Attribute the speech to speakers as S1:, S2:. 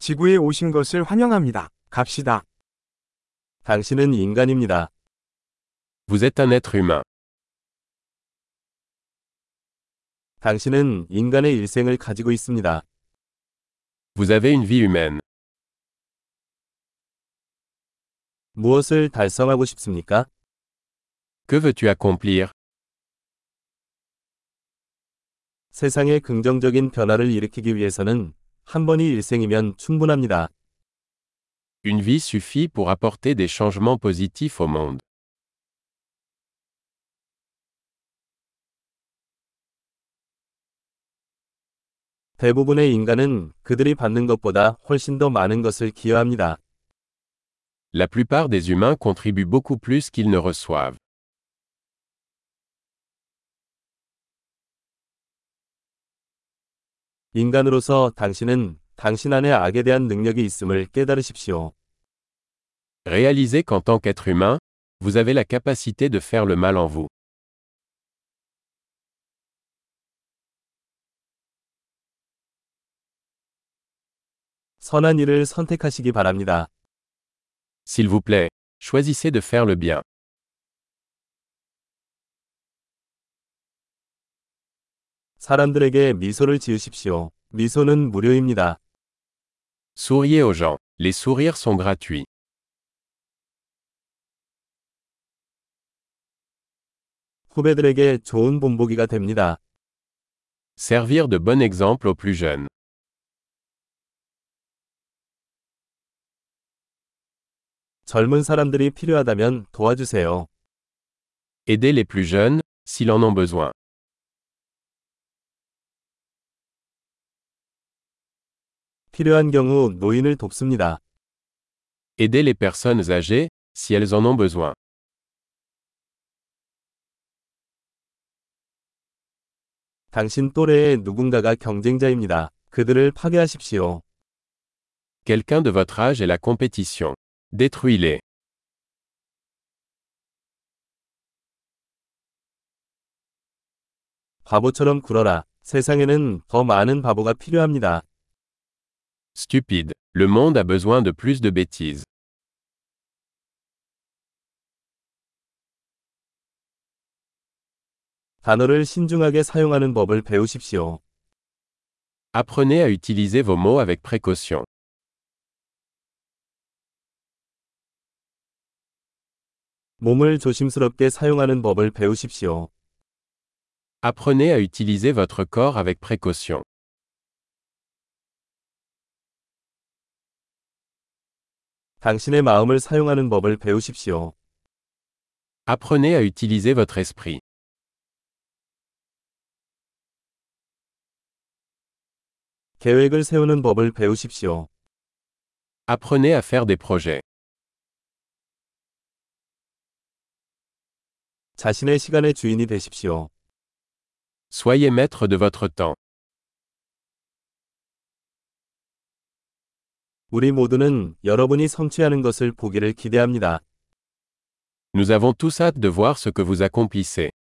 S1: 지구에 오신 것을 환영합니다. 갑시다.
S2: 당신은 인간입니다.
S3: Vous êtes un être humain.
S2: 당신은 인간의 일생을 가지고 있습니다.
S3: Vous avez une vie humaine.
S2: 무엇을 달성하고 싶습니까?
S3: Que veux-tu accomplir
S2: 세상에 긍정적인 변화를 일으키기 위해서는 한 번이 일생이면 충분합니다.
S3: Une vie suffit pour apporter des changements positifs au monde.
S2: 대부분의 인간은 그들이 받는 것보다 훨씬 더 많은 것을 기여합니다.
S3: La plupart des humains contribuent beaucoup plus qu'ils ne reçoivent.
S2: 인간으로서 당신은 당신 안에 악에 대한 능력이 있음을 깨달으십시오.
S3: Réalisez qu'en tant qu'être humain, vous avez la capacité de faire le mal en vous.
S2: 선한 일을 선택하시기 바랍니다.
S3: S'il vous plaît, choisissez de faire le bien.
S2: 사람들에게 미소를 지으십시오. 미소는 무료입니다.
S3: Souriez aux gens. Les sourires sont gratuits.
S2: 후배들에게 좋은 본보기가 됩니다.
S3: Servir de bon exemple aux plus jeunes.
S2: 젊은 사람들이 필요하다면 도와주세요.
S3: Aidez les plus jeunes, s'ils en ont besoin.
S2: 필요한 경우 노인을 돕습니다.
S3: Aidez les personnes âgées, si elles en ont besoin.
S2: 당신 또래의 누군가가 경쟁자입니다. 그들을 파괴하십시오.
S3: Quelqu'un de votre âge est la compétition. Détruis-les.
S2: 바보처럼 굴어라. 세상에는 더 많은 바보가 필요합니다.
S3: Stupide. Le monde a besoin de plus de bêtises.
S2: 단어를 신중하게 사용하는 법을 배우십시오.
S3: Apprenez à utiliser vos mots avec précaution.
S2: 몸을 조심스럽게 사용하는 법을 배우십시오.
S3: Apprenez à utiliser votre corps avec précaution.
S2: 당신의 마음을 사용하는 법을 배우십시오.
S3: Apprenez à utiliser votre esprit.
S2: 계획을 세우는 법을 배우십시오.
S3: Apprenez à faire des projets.
S2: 자신의 시간의 주인이 되십시오.
S3: Soyez maître de votre temps.
S2: 우리 모두는 여러분이 성취하는 것을 보기를 기대합니다.
S3: Nous avons tous hâte de voir ce que vous accomplissez.